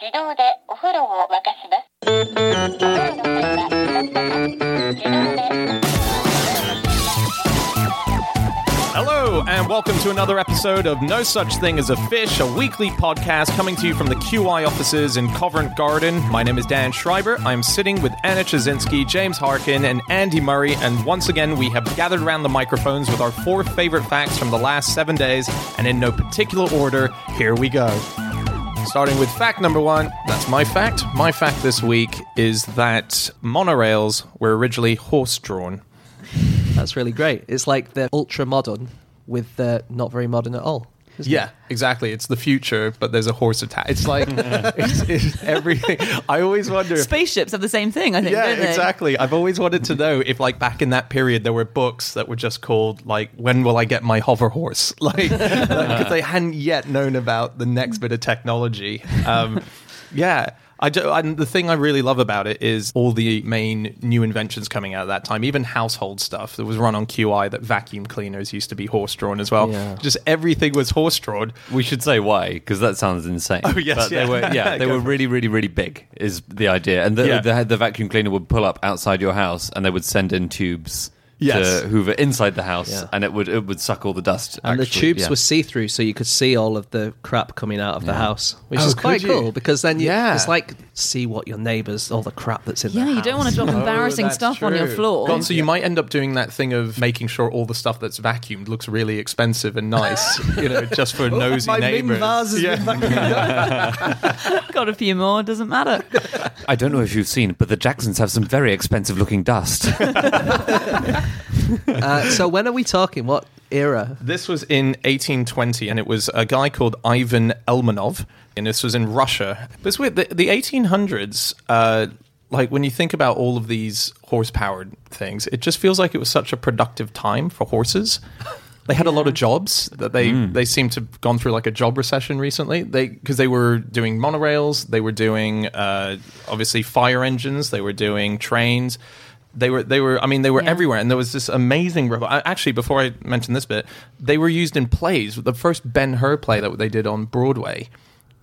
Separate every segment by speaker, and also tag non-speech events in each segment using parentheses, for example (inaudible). Speaker 1: 自動でお風呂を沸かします。お風呂の水は自動で
Speaker 2: Hello, and welcome to another episode of No Such Thing as a Fish, a weekly podcast coming to you from the QI offices in Covent Garden. My name is Dan Schreiber. I'm sitting with Anna Chazinski, James Harkin, and Andy Murray, and once again, we have gathered around the microphones with our four favorite facts from the last seven days, and in no particular order, here we go. Starting with fact number one, that's my fact. My fact this week is that monorails were originally horse drawn.
Speaker 3: That's really great. It's like the ultra modern with the not very modern at all. isn't
Speaker 2: Yeah, exactly. It's the future, but there's a horse attack. It's like (laughs) it's, it's everything. I always wonder. If,
Speaker 4: (laughs) Spaceships have the same thing, I think.
Speaker 2: yeah,
Speaker 4: don't they?
Speaker 2: exactly. I've always wanted to know if, like, back in that period, there were books that were just called like "When will I get my hover horse?" (laughs) Like, because they hadn't yet known about the next bit of technology. Um, (laughs) yeah. I do, and the thing I really love about it is all the main new inventions coming out at that time, even household stuff that was run on QI that vacuum cleaners used to be horse drawn as well.
Speaker 3: Yeah.
Speaker 2: Just everything was horse drawn.
Speaker 5: We should say why, because that sounds insane. Oh
Speaker 2: yes,
Speaker 5: but
Speaker 2: yeah.
Speaker 5: they were
Speaker 2: (laughs)
Speaker 5: yeah they
Speaker 2: Go
Speaker 5: were
Speaker 2: for it.
Speaker 5: really really really big is the idea, and the,
Speaker 2: Yeah.
Speaker 5: the the vacuum cleaner would pull up outside your house, and they would send in tubes
Speaker 2: Yes.
Speaker 5: to Hoover inside the house,
Speaker 3: Yeah.
Speaker 5: and it would it would suck all the dust.
Speaker 3: And the
Speaker 5: actually,
Speaker 3: tubes
Speaker 5: yeah.
Speaker 3: were see through, so you could see all of the crap coming out of the house, which
Speaker 2: Oh,
Speaker 3: is
Speaker 2: could
Speaker 3: quite
Speaker 2: you?
Speaker 3: cool because then you,
Speaker 2: Yeah.
Speaker 3: it's like see what your neighbours, all the crap that's in.
Speaker 4: Yeah,
Speaker 3: their
Speaker 4: you don't want to
Speaker 3: house.
Speaker 4: drop embarrassing
Speaker 2: that's
Speaker 4: stuff on your
Speaker 2: true.
Speaker 4: floor.
Speaker 2: God, so you might end up doing that thing of making sure all the stuff that's vacuumed looks really expensive and nice, you know, just for nosy neighbors.
Speaker 4: Got a few more, doesn't matter.
Speaker 5: I don't know if you've seen, but the Jacksons have some very expensive looking dust.
Speaker 3: (laughs) Uh, so when are we talking? What era?
Speaker 2: This was in 1820, and it was a guy called Ivan Elmanov, and this was in Russia. But it's weird, the, the 1800s, uh, like when you think about all of these horse powered things, it just feels like it was such a productive time for horses. They had a lot of jobs that they, they seem to have gone through like a job recession recently. They because they were doing monorails, they were doing uh, obviously fire engines, they were doing trains, they were they were I mean they were
Speaker 4: Yeah.
Speaker 2: everywhere everywhere, and there was this amazing. rev- I- Actually, before I mention this bit, they were used in plays. The first Ben Hur play that they did on Broadway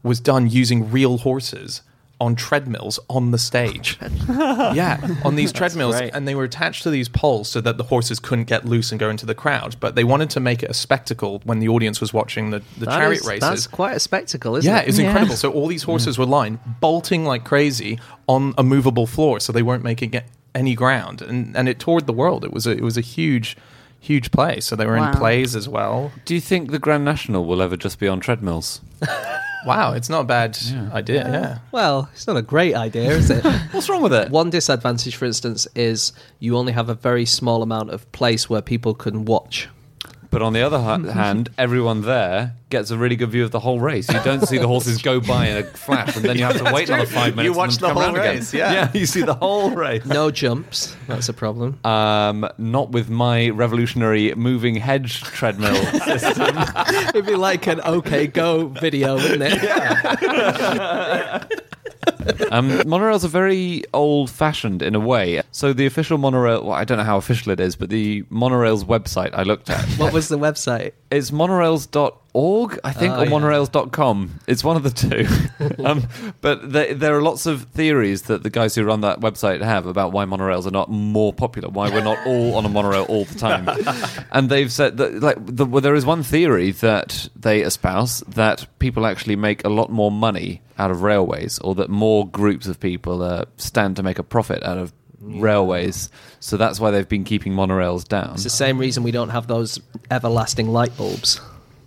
Speaker 2: was done using real horses on treadmills on the stage. yeah, on these treadmills,
Speaker 6: great.
Speaker 2: and they were attached to these poles so that the horses couldn't get loose and go into the crowd. But they wanted to make it a spectacle when the audience was watching the, the
Speaker 3: That
Speaker 2: chariot
Speaker 3: is-
Speaker 2: races.
Speaker 3: That's quite a spectacle, isn't
Speaker 2: Yeah,
Speaker 3: it?
Speaker 2: it's
Speaker 4: Yeah.
Speaker 2: incredible. So all these horses were lined, bolting like crazy on a movable floor, so they weren't making a- any ground, and and it toured the world. It was a, it was a huge, huge play. So they were
Speaker 4: Wow.
Speaker 2: in plays as well.
Speaker 5: Do you think the Grand National will ever just be on treadmills?
Speaker 2: Wow, it's not a bad idea. Yeah,
Speaker 3: Well, it's not a great idea,
Speaker 2: (laughs)
Speaker 3: is it?
Speaker 5: What's wrong with it?
Speaker 3: One disadvantage, for instance, is you only have a very small amount of place where people can watch.
Speaker 5: But on the other
Speaker 2: (laughs)
Speaker 5: ha- hand, everyone there gets a really good view of the whole race. You don't see the horses go by in a flash, and then you
Speaker 2: (laughs)
Speaker 5: have to wait another five minutes.
Speaker 2: watch the
Speaker 5: and then come
Speaker 2: whole
Speaker 5: round again.
Speaker 2: race, yeah.
Speaker 5: you see the whole
Speaker 2: (laughs)
Speaker 5: race.
Speaker 3: No jumps. That's a problem.
Speaker 5: Um, not with my revolutionary moving hedge treadmill.
Speaker 2: (laughs)
Speaker 5: system.
Speaker 3: It'd be like an OK Go video, wouldn't it?
Speaker 5: um, monorails are very old-fashioned in a way. So the official monorail, well, I don't know how official it is, but the monorail's website I looked at
Speaker 3: (laughs) What was the website?
Speaker 5: It's monorails.org, I think,
Speaker 3: Oh,
Speaker 5: or
Speaker 3: yeah.
Speaker 5: monorails.com. It's one of the
Speaker 3: (laughs)
Speaker 5: two. um, but there, there are lots of theories that the guys who run that website have about why monorails are not more popular, why we're not all on a monorail all
Speaker 3: (laughs)
Speaker 5: the time. and they've said that, like, the, well, there is one theory that they espouse that people actually make a lot more money out of railways, or that more groups of people uh, stand to make a profit out of railways. So that's why they've been keeping monorails down.
Speaker 3: It's the same reason we don't have those everlasting light bulbs.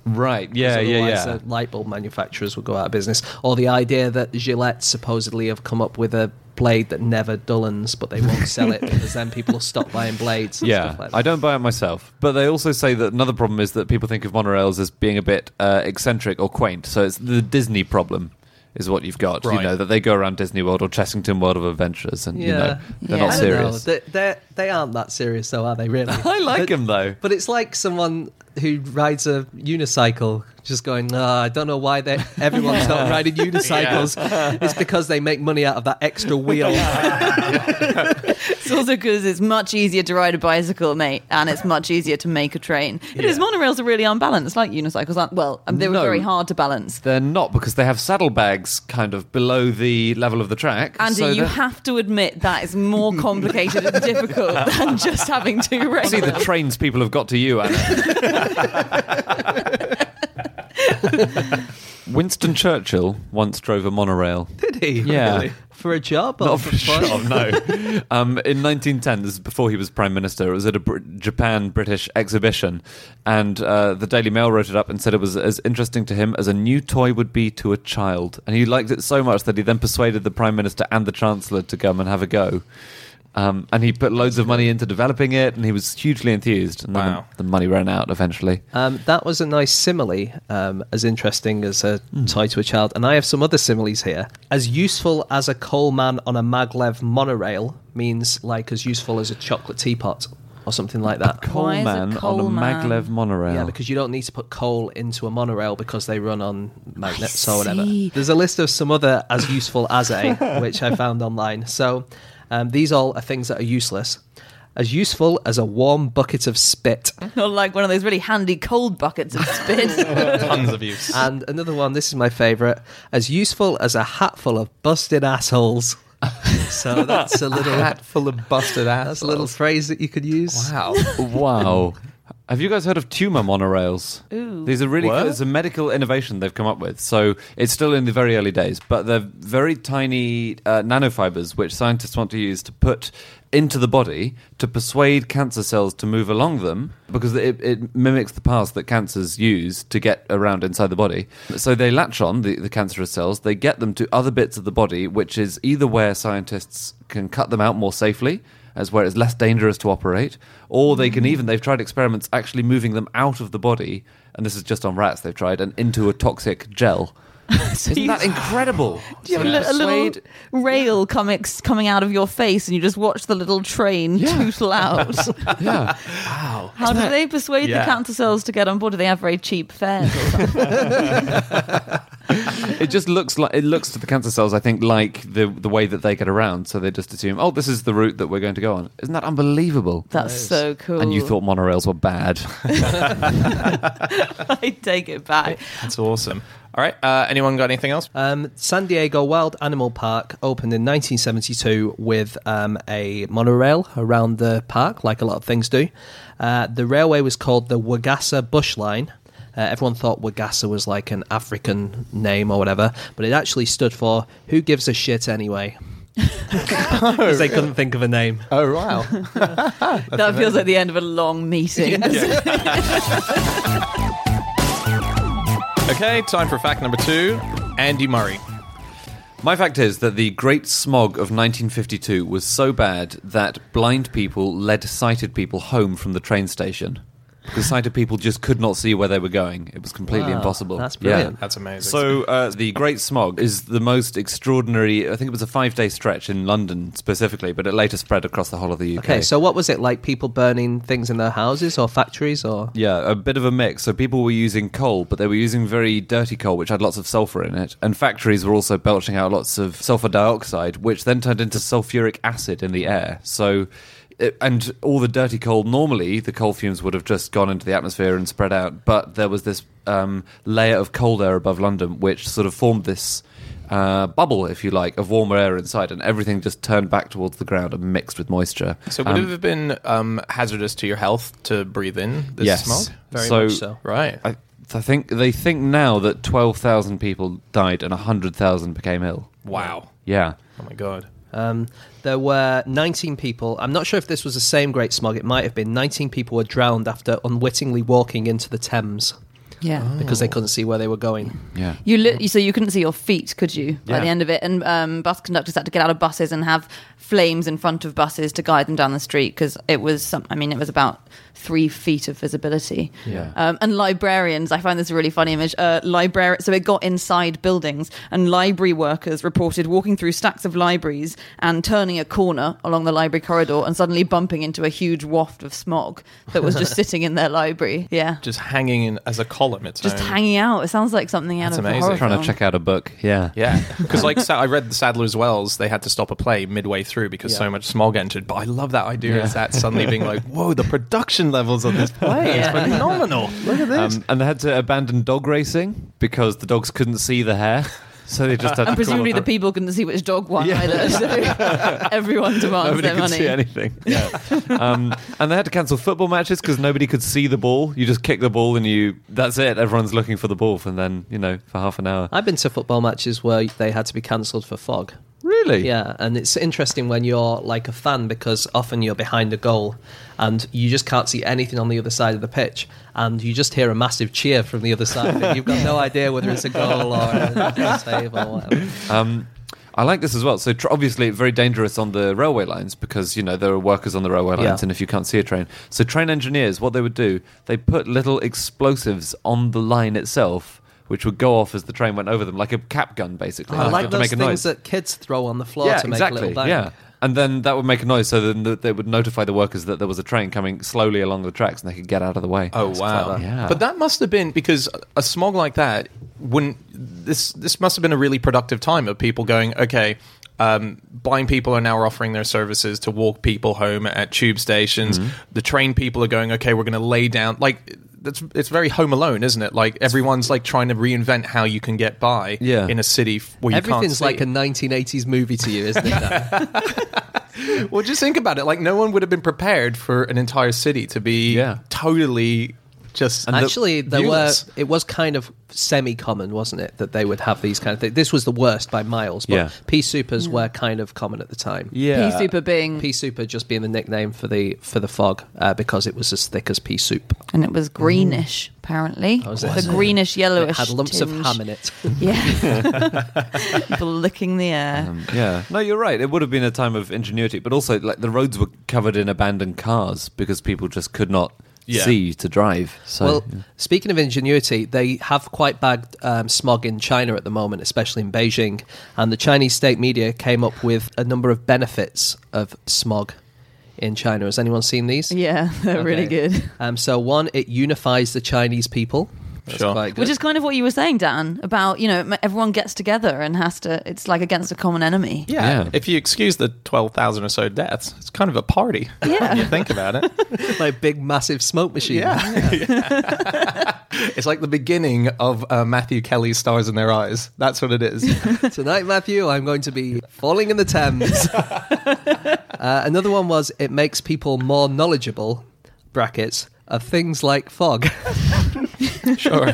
Speaker 5: Right? Yeah, yeah,
Speaker 3: Otherwise,
Speaker 5: yeah.
Speaker 3: The light bulb manufacturers would go out of business. Or the idea that Gillette supposedly have come up with a blade that never dullens, but they won't sell
Speaker 5: (laughs)
Speaker 3: it because then people will stop buying blades. And
Speaker 5: Yeah,
Speaker 3: stuff like that.
Speaker 5: I don't buy it myself. But they also say that another problem is that people think of monorails as being a bit uh, eccentric or quaint. So it's the Disney problem is what you've got.
Speaker 2: Right.
Speaker 5: You know that they go around Disney World or Chessington World of Adventures, and you know they're
Speaker 4: Yeah.
Speaker 5: not
Speaker 3: I don't
Speaker 4: I
Speaker 3: know.
Speaker 5: serious.
Speaker 3: They, they're- they aren't that serious, though, are they? Really?
Speaker 5: (laughs) I like
Speaker 3: But-
Speaker 5: him though.
Speaker 3: But it's like someone who rides a unicycle just going, oh, I don't know why they everyone's not (laughs) riding unicycles. It's because they make money out of that extra wheel.
Speaker 4: It's also because it's much easier to ride a bicycle, mate, and it's much easier to make a train. It is monorails are really unbalanced, like unicycles aren't. Well, um, they were
Speaker 5: No.
Speaker 4: very hard to balance.
Speaker 5: They're not because they have saddlebags kind of below the level of the track.
Speaker 4: Andy,
Speaker 5: so
Speaker 4: you
Speaker 5: they're-
Speaker 4: have to admit that is
Speaker 5: (laughs)
Speaker 4: more complicated and difficult than just having two rails.
Speaker 5: see the trains people have got to you, Anna. Winston Churchill once drove a monorail.
Speaker 3: (laughs) Did he?
Speaker 5: Yeah.
Speaker 3: really? For a job or
Speaker 5: Not
Speaker 3: for,
Speaker 5: for
Speaker 3: fun?
Speaker 5: (laughs) sure, no.
Speaker 4: (laughs)
Speaker 5: Um, in 1910, this is before he was prime minister, it was at a Br- Japan British exhibition, and uh, the Daily Mail wrote it up and said it was as interesting to him as a new toy would be to a child. And he liked it so much that he then persuaded the prime minister and the chancellor to come and have a go. Um, and he put loads of money into developing it, and he was hugely enthused. And then
Speaker 2: Wow.
Speaker 5: the money ran out eventually.
Speaker 3: Um, that was a nice simile, um, as interesting as a tie to a child. And I have some other similes here. As useful as a coal man on a maglev monorail means like as useful as a chocolate teapot or something like that.
Speaker 4: Why is a
Speaker 5: Coalman on a
Speaker 4: coal man-
Speaker 5: maglev monorail.
Speaker 3: Yeah, because you don't need to put coal into a monorail because they run on magnets or whatever.
Speaker 4: see.
Speaker 3: There's a list of some other as useful as (laughs) a, which I found online. So um, these all are things that are useless. As useful as a warm bucket of spit.
Speaker 4: Not like one of those really handy cold buckets of
Speaker 5: (laughs)
Speaker 4: spit.
Speaker 2: Tons of use.
Speaker 3: And another one, this is my favourite, as useful as a hat full of busted (laughs) assholes. So that's a little hat full of busted assholes. That's a little phrase that you could use.
Speaker 5: Wow. wow. Have you guys heard of tumor monorails?
Speaker 4: Ooh.
Speaker 5: These are really
Speaker 2: What?
Speaker 5: good. It's a medical innovation they've come up with. So it's still in the very early days, but they're very tiny uh, nanofibers which scientists want to use to put into the body to persuade cancer cells to move along them because it, it mimics the paths that cancers use to get around inside the body. So they latch on, the, the cancerous cells, they get them to other bits of the body, which is either where scientists can cut them out more safely as where it's less dangerous to operate, or they
Speaker 4: Mm-hmm.
Speaker 5: can even they've tried experiments actually moving them out of the body, and this is just on rats they've tried, and into a
Speaker 4: (laughs)
Speaker 5: toxic gel. Isn't that incredible?
Speaker 4: You have a, li- a little rail coming coming out of your face, and you just watch the little train tootle
Speaker 5: (laughs)
Speaker 4: out. (laughs)
Speaker 5: yeah.
Speaker 4: How do they persuade
Speaker 2: Yeah.
Speaker 4: the cancer cells to get on board? Do they have very cheap fares? Or something?
Speaker 5: It just looks like it looks to the cancer cells, I think, like the the way that they get around. So they just assume, oh, this is the route that we're going to go on. Isn't that unbelievable?
Speaker 4: That's so cool.
Speaker 5: And you thought monorails were bad. (laughs)
Speaker 4: (laughs) I take it back.
Speaker 2: That's awesome. All right. Uh, anyone got anything else?
Speaker 3: Um, San Diego Wild Animal Park opened in 1972 with um, a monorail around the park, like a lot of things do. Uh, the railway was called the Wagasa Bush Line. Uh, everyone thought Wagasa was like an African name or whatever, but it actually stood for Who Gives a
Speaker 6: (laughs)
Speaker 3: Shit Anyway? Because they couldn't think of a name.
Speaker 6: Oh, wow.
Speaker 4: that feels like the end of a long
Speaker 5: (laughs)
Speaker 4: meeting.
Speaker 2: Okay, time for fact number two Andy Murray.
Speaker 5: My fact is that the Great Smog of 1952 was so bad that blind people led sighted people home from the train station. Because sighted people just could not see where they were going. It was completely
Speaker 3: Wow,
Speaker 5: impossible.
Speaker 3: that's brilliant.
Speaker 2: That's amazing.
Speaker 5: So uh, the Great Smog is the most extraordinary. I think it was a five-day stretch in London specifically, but it later spread across the whole of the UK.
Speaker 3: Okay, so what was it like? People burning things in their houses or factories or?
Speaker 5: Yeah, a bit of a mix. So people were using coal, but they were using very dirty coal, which had lots of sulfur in it. And factories were also belching out lots of sulfur dioxide, which then turned into sulfuric acid in the air. So, it, and all the dirty coal, normally the coal fumes would have just gone into the atmosphere and spread out, but there was this um, layer of cold air above London, which sort of formed this. Uh, bubble, if you like, of warmer air inside, and everything just turned back towards the ground and mixed with moisture.
Speaker 2: So would it have been um, hazardous to your health to breathe in this
Speaker 5: yes,
Speaker 2: smog?
Speaker 3: Very much so.
Speaker 2: Right.
Speaker 5: I, I think they think now that 12,000 people died and 100,000 became ill.
Speaker 2: wow.
Speaker 5: Yeah.
Speaker 2: Oh my god.
Speaker 3: Um, there were 19 people. I'm not sure if this was the same Great Smog. It might have been 19 people were drowned after unwittingly walking into the Thames.
Speaker 4: Yeah.
Speaker 3: because they couldn't see where they were going.
Speaker 5: Yeah.
Speaker 4: You li- so you couldn't see your feet, could you?
Speaker 5: Yeah.
Speaker 4: By the end of it, and um, bus conductors had to get out of buses and have flames in front of buses to guide them down the street because it was some. I mean, it was about three feet of visibility.
Speaker 5: Yeah.
Speaker 4: Um, and librarians, I find this a really funny image. Uh, librari- so it got inside buildings, and library workers reported walking through stacks of libraries and turning a corner along the library corridor and suddenly bumping into a huge waft of smog that was
Speaker 5: (laughs)
Speaker 4: just sitting in their library. Yeah. Just-
Speaker 2: Just hanging in as a column. It's own.
Speaker 4: hanging out. It sounds like something out
Speaker 2: That's
Speaker 4: of a
Speaker 2: amazing.
Speaker 4: horror
Speaker 5: Trying
Speaker 4: film.
Speaker 5: to check out a book. Yeah.
Speaker 2: Yeah, because like Sa- I read the Sadler's Wells, they had to stop a play midway through because
Speaker 3: Yeah.
Speaker 2: so much smog entered. But I love that idea
Speaker 5: Yeah.
Speaker 2: of that suddenly being like, "Whoa,
Speaker 3: (laughs)
Speaker 2: the production levels of this play is
Speaker 4: Yeah.
Speaker 2: phenomenal! Look at this!"
Speaker 5: (laughs) Um, and they had to abandon dog racing because the dogs couldn't see the hair. So they just had to.
Speaker 4: And presumably
Speaker 5: call
Speaker 4: the
Speaker 5: up
Speaker 4: people couldn't see which dog won
Speaker 5: Yeah.
Speaker 3: (laughs)
Speaker 4: either. So everyone demands
Speaker 5: Nobody
Speaker 4: their
Speaker 5: could see
Speaker 4: money.
Speaker 2: (laughs)
Speaker 5: anything. (laughs) um, and they had to cancel football matches because nobody could see the ball. You just kick the ball and you. That's it. Everyone's looking for the ball, and then you know for half an hour.
Speaker 4: Uh,
Speaker 3: I've been to football matches where they had to be cancelled for fog.
Speaker 5: Really?
Speaker 3: Yeah, and it's interesting when you're like a fan because often you're behind a goal and you just can't see anything on the other side of the pitch and you just hear a massive cheer from the other side and you've got no idea whether it's a goal or a (laughs) save or whatever.
Speaker 5: Um, I like this as well. So tr- obviously, very dangerous on the railway lines because you know there are workers on the railway lines,
Speaker 3: Yeah.
Speaker 5: and if you can't see a train, so train engineers, what they would do, they put little explosives on the line itself, which would go off as the train went over them, like a cap gun, basically.
Speaker 3: I
Speaker 5: You
Speaker 3: like
Speaker 5: have
Speaker 3: those things that kids throw on the floor
Speaker 5: yeah,
Speaker 3: to make
Speaker 5: exactly.
Speaker 3: a little bang.
Speaker 5: Yeah, and then that would make a noise. So then th- they would notify the workers that there was a train coming slowly along the tracks, and they could get out of the way.
Speaker 2: Oh
Speaker 5: It's
Speaker 2: wow!
Speaker 5: clever. Yeah.
Speaker 2: But that must have been because a smog like that wouldn't. This this must have been a really productive time of people going. Okay, um, blind people are now offering their services to walk people home at tube stations. The train people are going. Okay, we're going to lay down like. That's it's very Home Alone, isn't it? Like everyone's like trying to reinvent how you can get by
Speaker 5: Yeah.
Speaker 2: in a city f- where you can't
Speaker 3: Everything's
Speaker 2: see.
Speaker 3: like a 1980s movie to
Speaker 2: (laughs)
Speaker 3: you, isn't it? that?
Speaker 2: well, just think about it. Like no one would have been prepared for an entire city to be
Speaker 5: Yeah.
Speaker 2: totally just
Speaker 5: the
Speaker 3: Actually, there
Speaker 2: viewless.
Speaker 3: were. It was kind of semi-common, wasn't it, that they would have these kind of things. This was the worst by miles, but
Speaker 5: Yeah.
Speaker 3: pea supers were kind of common at the time.
Speaker 5: yeah.
Speaker 4: Pea super being,
Speaker 3: Pea super just being the nickname for the for the fog uh, because it was as thick as pea soup.
Speaker 4: and it was greenish. Apparently,
Speaker 3: Mm. was
Speaker 4: the
Speaker 3: it?
Speaker 4: greenish yellowish.
Speaker 3: It had lumps of
Speaker 4: tinge.
Speaker 3: ham in it.
Speaker 4: Yeah,
Speaker 3: (laughs)
Speaker 4: people licking the air.
Speaker 3: Um,
Speaker 5: yeah. No, you're right. It would have been a time of ingenuity, but also like the roads were covered in abandoned cars because people just could not
Speaker 2: Yeah.
Speaker 5: see to drive. So
Speaker 3: well, speaking of ingenuity, they have quite bad um, smog in China at the moment, especially in Beijing. And the Chinese state media came up with a number of benefits of smog in China. Has anyone seen these?
Speaker 4: yeah, (laughs) they're really
Speaker 3: Okay.
Speaker 4: good.
Speaker 3: Um, so one, it unifies the Chinese people. That's
Speaker 2: Sure.
Speaker 3: quite good.
Speaker 4: Which is kind of what you were saying, Dan, about you know m- everyone gets together and has to. It's like against a common enemy.
Speaker 2: Yeah.
Speaker 5: Yeah.
Speaker 2: If you excuse the 12,000 or so deaths, it's kind of a party (laughs)
Speaker 4: Yeah.
Speaker 2: when you think about it.
Speaker 3: (laughs) like big, massive smoke machine.
Speaker 2: yeah. it's like the beginning of uh, Matthew Kelly's Stars in Their Eyes. That's what it is.
Speaker 5: (laughs)
Speaker 3: Tonight, Matthew, I'm going to be falling in the Thames. uh, another one was it makes people more knowledgeable, brackets, of things like fog.
Speaker 2: sure.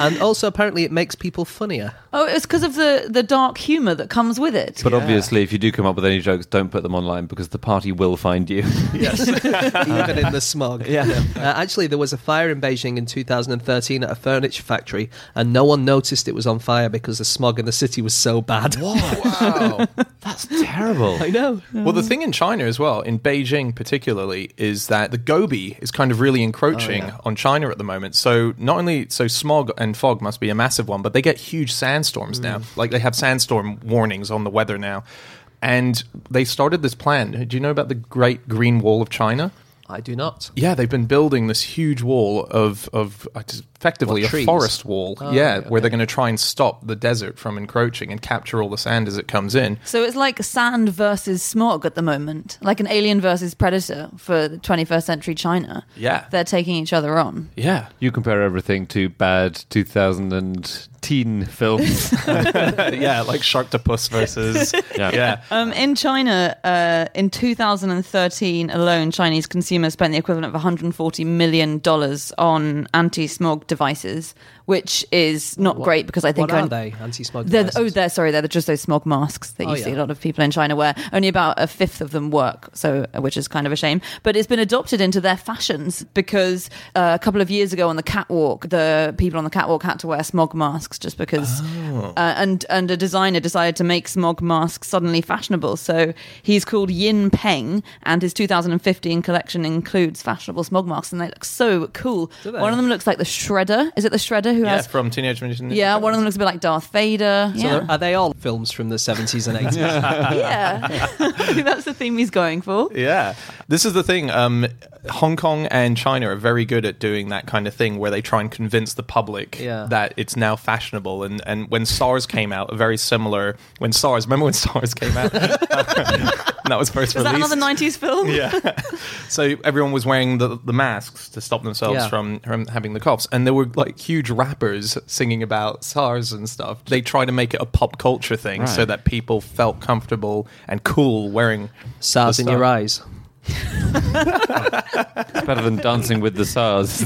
Speaker 3: and also, apparently, it makes people funnier.
Speaker 4: Oh, it's because of the the dark humor that comes with it.
Speaker 5: but obviously, if you do come up with any jokes, don't put them online because the party will find you.
Speaker 3: (laughs) even in the smog. Yeah. Uh, actually, there was a fire in Beijing in 2013 at a furniture factory, and no one noticed it was on fire because the smog in the city was so bad.
Speaker 2: Wow.
Speaker 5: That's terrible.
Speaker 3: I know.
Speaker 2: Well, the thing in China as well, in Beijing particularly, is that the goby is kind of really encroaching
Speaker 5: Oh,
Speaker 2: on China at the moment. So not only so smog and fog must be a massive one, but they get huge sandstorms now.
Speaker 5: Mm.
Speaker 2: Like they have sandstorm warnings on the weather now. And they started this plan. Do you know about the Great Green Wall of China?
Speaker 3: (laughs) I do not.
Speaker 2: Yeah, they've been building this huge wall of of uh, just effectively
Speaker 3: What,
Speaker 2: a
Speaker 3: trees?
Speaker 2: forest wall.
Speaker 4: Oh,
Speaker 2: yeah, where they're going to try and stop the desert from encroaching and capture all the sand as it comes in.
Speaker 4: So it's like sand versus smog at the moment, like an alien versus predator for the 21st century China.
Speaker 2: Yeah.
Speaker 4: They're taking each other on.
Speaker 2: Yeah.
Speaker 5: You compare everything to bad 2000 and teen
Speaker 2: (laughs)
Speaker 5: films.
Speaker 2: yeah, like Sharktopus
Speaker 4: (laughs)
Speaker 2: versus.
Speaker 5: Yeah.
Speaker 2: yeah.
Speaker 4: Um, in China, uh, in 2013 alone, Chinese consumers spent the equivalent of $140 million on anti-smog devices, which is not great because I think
Speaker 3: What are
Speaker 4: on-
Speaker 3: they? Anti-smog
Speaker 4: They're, the- oh,
Speaker 3: devices?
Speaker 4: they're sorry. They're just those smog masks that you
Speaker 3: Oh,
Speaker 4: see
Speaker 3: yeah.
Speaker 4: a lot of people in China wear. Only about a fifth of them work, so which is kind of a shame. But it's been adopted into their fashions because uh, a couple of years ago on the catwalk, the people on the catwalk had to wear smog masks just because.
Speaker 3: Oh.
Speaker 4: Uh, and and a designer decided to make smog masks suddenly fashionable. So he's called Yin Peng, and his 2015 collection includes fashionable smog masks, and they look so cool.
Speaker 3: Do they?
Speaker 4: One of them looks like the Shredder. Is it the Shredder who
Speaker 2: Yeah,
Speaker 4: has?
Speaker 2: from Teenage Mutant Ninja
Speaker 4: Yeah, one of
Speaker 2: Turtles.
Speaker 4: them looks a bit like Darth Vader.
Speaker 3: So
Speaker 4: yeah.
Speaker 3: are they all films from the 70s and 80s? (laughs)
Speaker 4: yeah. (laughs) That's the theme he's going for.
Speaker 2: Yeah, this is the thing. Um, Hong Kong and China are very good at doing that kind of thing, where they try and convince the public
Speaker 3: Yeah.
Speaker 2: that it's now fashionable. And and when SARS came out, a very similar. When SARS, remember when (laughs) SARS came
Speaker 4: (laughs)
Speaker 2: out? that was first
Speaker 4: Is that
Speaker 2: released.
Speaker 4: another 90s film?
Speaker 2: yeah. so everyone was wearing the, the masks to stop themselves
Speaker 3: Yeah.
Speaker 2: from, from having the coughs. And there were like huge rappers singing about SARS and stuff. They try to make it a pop culture thing so
Speaker 5: Right.
Speaker 2: that people felt comfortable and cool wearing
Speaker 3: SARS
Speaker 2: the
Speaker 3: in your
Speaker 2: stuff.
Speaker 3: eyes.
Speaker 5: It's better than Dancing with the Stars.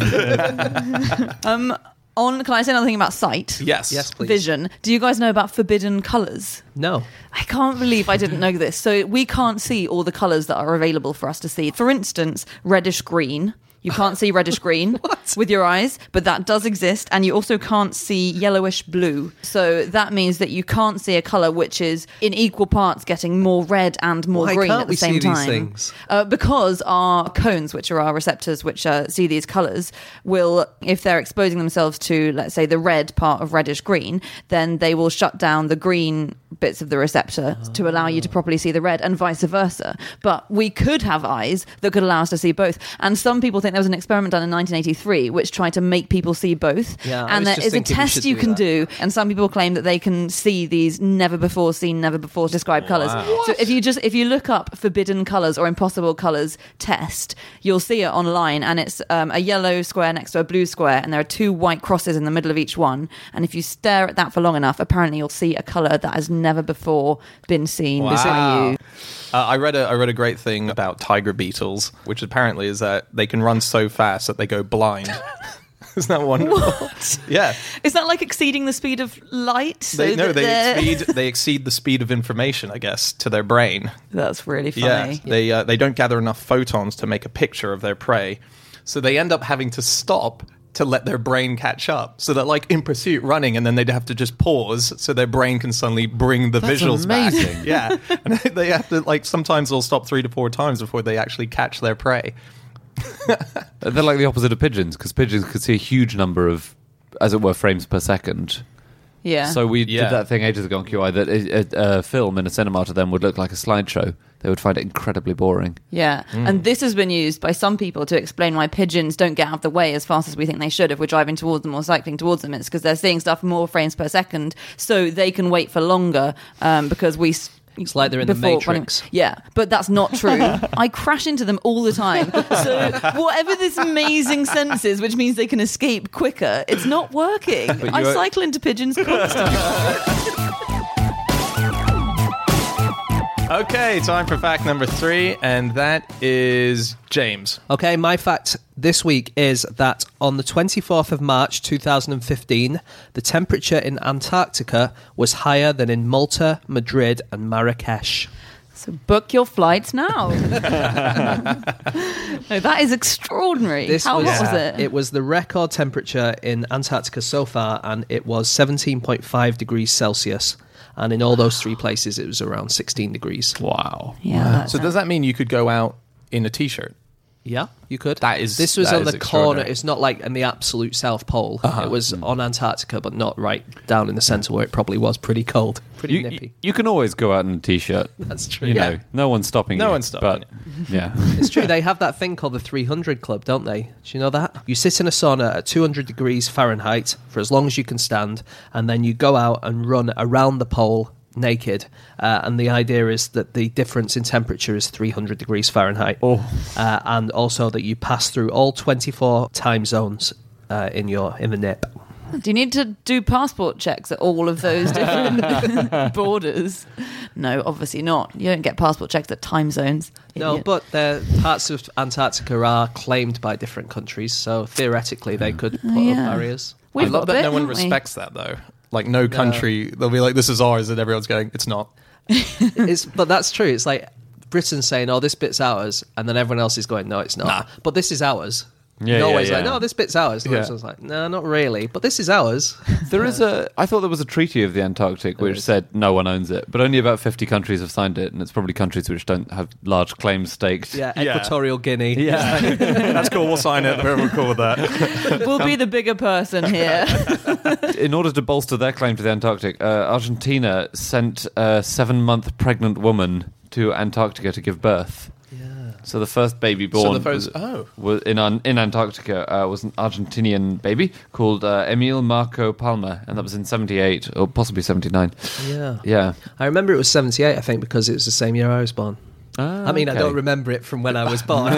Speaker 4: On, can I say another thing about sight?
Speaker 2: Yes.
Speaker 3: Yes, please.
Speaker 4: Vision. Do you guys know about forbidden colours?
Speaker 3: No.
Speaker 4: I can't believe I didn't know this. So we can't see all the colours that are available for us to see. For instance, reddish green. You can't
Speaker 3: (laughs)
Speaker 4: see reddish green with your eyes, but that does exist. And you also can't see yellowish blue. So that means that you can't see a colour which is in equal parts getting more red and more
Speaker 3: Why
Speaker 4: green
Speaker 3: can't
Speaker 4: at the
Speaker 3: we
Speaker 4: same
Speaker 3: see
Speaker 4: time.
Speaker 3: these things?
Speaker 4: Uh, because our cones, which are our receptors, which uh, see these colours, will, if they're exposing themselves to, let's say, the red part of reddish green, then they will shut down the green bits of the receptor to allow you to
Speaker 3: Ah.
Speaker 4: properly see the red, and vice versa. But we could have eyes that could allow us to see both. And some people think there was an experiment done in 1983 which tried to make people see both.
Speaker 3: Yeah, I
Speaker 4: and
Speaker 3: was
Speaker 4: there
Speaker 3: just
Speaker 4: is a
Speaker 3: thinking we
Speaker 4: test
Speaker 3: should
Speaker 4: you
Speaker 3: do
Speaker 4: can
Speaker 3: that.
Speaker 4: do, and some people claim that they can see these never before seen, never before described colours. So if you just if you look up forbidden colours or impossible colours test, you'll see it online, and it's um, a yellow square next to a blue square, and there are two white crosses in the middle of each one. And if you stare at that for long enough, apparently you'll see a colour that has never before been seen by you.
Speaker 2: Uh, I read a I read a great thing about tiger beetles, which apparently is that they can run so fast that they go blind. (laughs) Isn't that wonderful? Yeah,
Speaker 4: Is that like exceeding the speed of light? So
Speaker 2: they no,
Speaker 4: that
Speaker 2: they
Speaker 4: they're-
Speaker 2: exceed they exceed the speed of information, I guess, to their brain.
Speaker 4: (laughs) That's really
Speaker 2: Yeah,
Speaker 4: funny.
Speaker 2: they uh, they don't gather enough photons to make a picture of their prey, so they end up having to stop to let their brain catch up. So that like in pursuit, running, and then they'd have to just pause so their brain can suddenly bring the
Speaker 5: That's
Speaker 2: visuals
Speaker 5: amazing.
Speaker 2: back. (laughs) Yeah, and they have to like sometimes they'll stop three to four times before they actually catch their prey.
Speaker 5: They're like the opposite of pigeons because pigeons could see a huge number of, as it were, frames per second.
Speaker 4: Yeah.
Speaker 5: So we
Speaker 2: Yeah.
Speaker 5: did that thing ages ago on QI that a, a, a film in a cinema to them would look like a slideshow. They would find it incredibly boring.
Speaker 4: Yeah.
Speaker 3: Mm.
Speaker 4: And this has been used by some people to explain why pigeons don't get out of the way as fast as we think they should if we're driving towards them or cycling towards them. It's because they're seeing stuff more frames per second, so they can wait for longer um, because we. s-
Speaker 3: It's like they're in the
Speaker 4: before
Speaker 3: Matrix.
Speaker 4: yeah, but that's not true. I crash into them all the time. So whatever this amazing sense is, which means they can escape quicker, it's not working. I
Speaker 5: you're-
Speaker 4: cycle into pigeons constantly.
Speaker 2: Okay, time for fact number three, and that is James.
Speaker 3: Okay, my fact this week is that on the 24th of March 2015, the temperature in Antarctica was higher than in Malta, Madrid, and Marrakesh.
Speaker 4: so book your
Speaker 3: (laughs)
Speaker 4: flights now. no, that is extraordinary. How hot was it?
Speaker 3: It was the record temperature in Antarctica so far, and it was 17.5 degrees Celsius. And in all those three places, it was around 16 degrees.
Speaker 5: Wow.
Speaker 4: Yeah. that
Speaker 2: So
Speaker 4: sounds-
Speaker 2: does that mean you could go out in a t-shirt?
Speaker 3: Yeah, you could.
Speaker 2: That is-
Speaker 3: This was
Speaker 2: that
Speaker 3: on
Speaker 2: is
Speaker 3: the corner.
Speaker 2: extraordinary. Uh-huh.
Speaker 3: It's not like in the absolute South Pole. It was on Antarctica, but not right down in the centre where it probably was pretty cold, pretty
Speaker 5: You,
Speaker 3: nippy.
Speaker 5: you, you can always go out in a t-shirt.
Speaker 3: (laughs) That's true.
Speaker 5: You
Speaker 3: Yeah.
Speaker 5: know, no one's stopping you.
Speaker 2: No one's stopping
Speaker 5: but,
Speaker 3: (laughs)
Speaker 5: (laughs) Yeah.
Speaker 3: It's true. They have that thing called the 300 Club, don't they? Do you know that? You sit in a sauna at 200 degrees Fahrenheit for as long as you can stand, and then you go out and run around the pole naked. Uh, and the idea is that the difference in temperature is 300 degrees Fahrenheit.
Speaker 5: Oh.
Speaker 3: Uh, and also that you pass through all 24 time zones uh, in your in the nip.
Speaker 4: Do you need to do passport checks at all of those different borders? No, obviously not. You don't get passport checks at time zones.
Speaker 3: No,
Speaker 4: Idiot.
Speaker 3: but the parts of Antarctica are claimed by different countries, so theoretically they could put
Speaker 4: yeah.
Speaker 3: up barriers.
Speaker 2: I
Speaker 4: We've
Speaker 2: love that
Speaker 4: got a bit,
Speaker 2: no one
Speaker 4: haven't we?
Speaker 2: respects that though. Like no country, they'll be like, "This is ours," and everyone's going, "It's not."
Speaker 3: (laughs) it's but that's true. It's like Britain saying, "Oh, this bit's ours," and then everyone else is going, "No, it's not." But this is ours.
Speaker 5: Yeah,
Speaker 3: Norway's
Speaker 5: yeah,
Speaker 3: like,
Speaker 5: yeah.
Speaker 3: "No, this bit's ours." And
Speaker 2: Yeah.
Speaker 3: everyone's like, "No, not really." But this is ours.
Speaker 5: There is a. I thought there was a treaty of the Antarctic which said no one owns it, but only about fifty countries have signed it, and it's probably countries which don't have large claims staked.
Speaker 3: Yeah,
Speaker 2: Yeah.
Speaker 3: Equatorial Guinea.
Speaker 5: yeah.
Speaker 2: That's cool. We'll sign it. We're cool with
Speaker 4: (laughs)
Speaker 2: that.
Speaker 4: We'll be the bigger person here.
Speaker 5: (laughs) In order to bolster their claim to the Antarctic, uh, Argentina sent a seven-month pregnant woman to Antarctica to give birth.
Speaker 3: Yeah.
Speaker 5: So the first baby born
Speaker 2: the first-
Speaker 5: was,
Speaker 2: oh.
Speaker 5: was in An- in Antarctica uh, was an Argentinian baby called uh, Emil Marco Palma, and that was in '78 or possibly '79.
Speaker 3: Yeah.
Speaker 5: Yeah,
Speaker 3: I remember it was 78, I think, because it was the same year I was born. I mean, I
Speaker 5: okay.
Speaker 3: don't remember it from when I was born.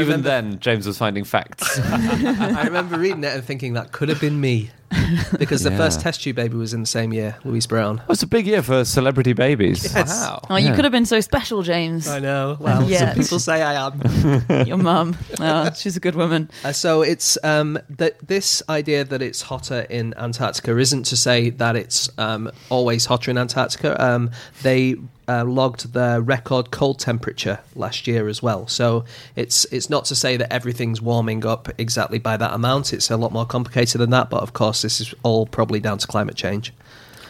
Speaker 5: even then, James was finding facts. (laughs)
Speaker 3: I remember reading it and thinking that could have been me. Because the
Speaker 5: Yeah.
Speaker 3: first test tube baby was in the same year, Louise Brown.
Speaker 5: Well, it's a big year for celebrity babies.
Speaker 2: Wow.
Speaker 4: Oh, you
Speaker 5: Yeah.
Speaker 4: could have been so special, James.
Speaker 3: I know. Well,
Speaker 4: Yes.
Speaker 3: some people say I (laughs) am.
Speaker 4: Your mum. Oh, she's a good woman.
Speaker 3: Uh, so it's um, that this idea that it's hotter in Antarctica isn't to say that it's um, always hotter in Antarctica. Um, they uh, logged the record cold temperature last year as well. So it's it's not to say that everything's warming up exactly by that amount. It's a lot more complicated than that. But of course, this is all probably down to climate change.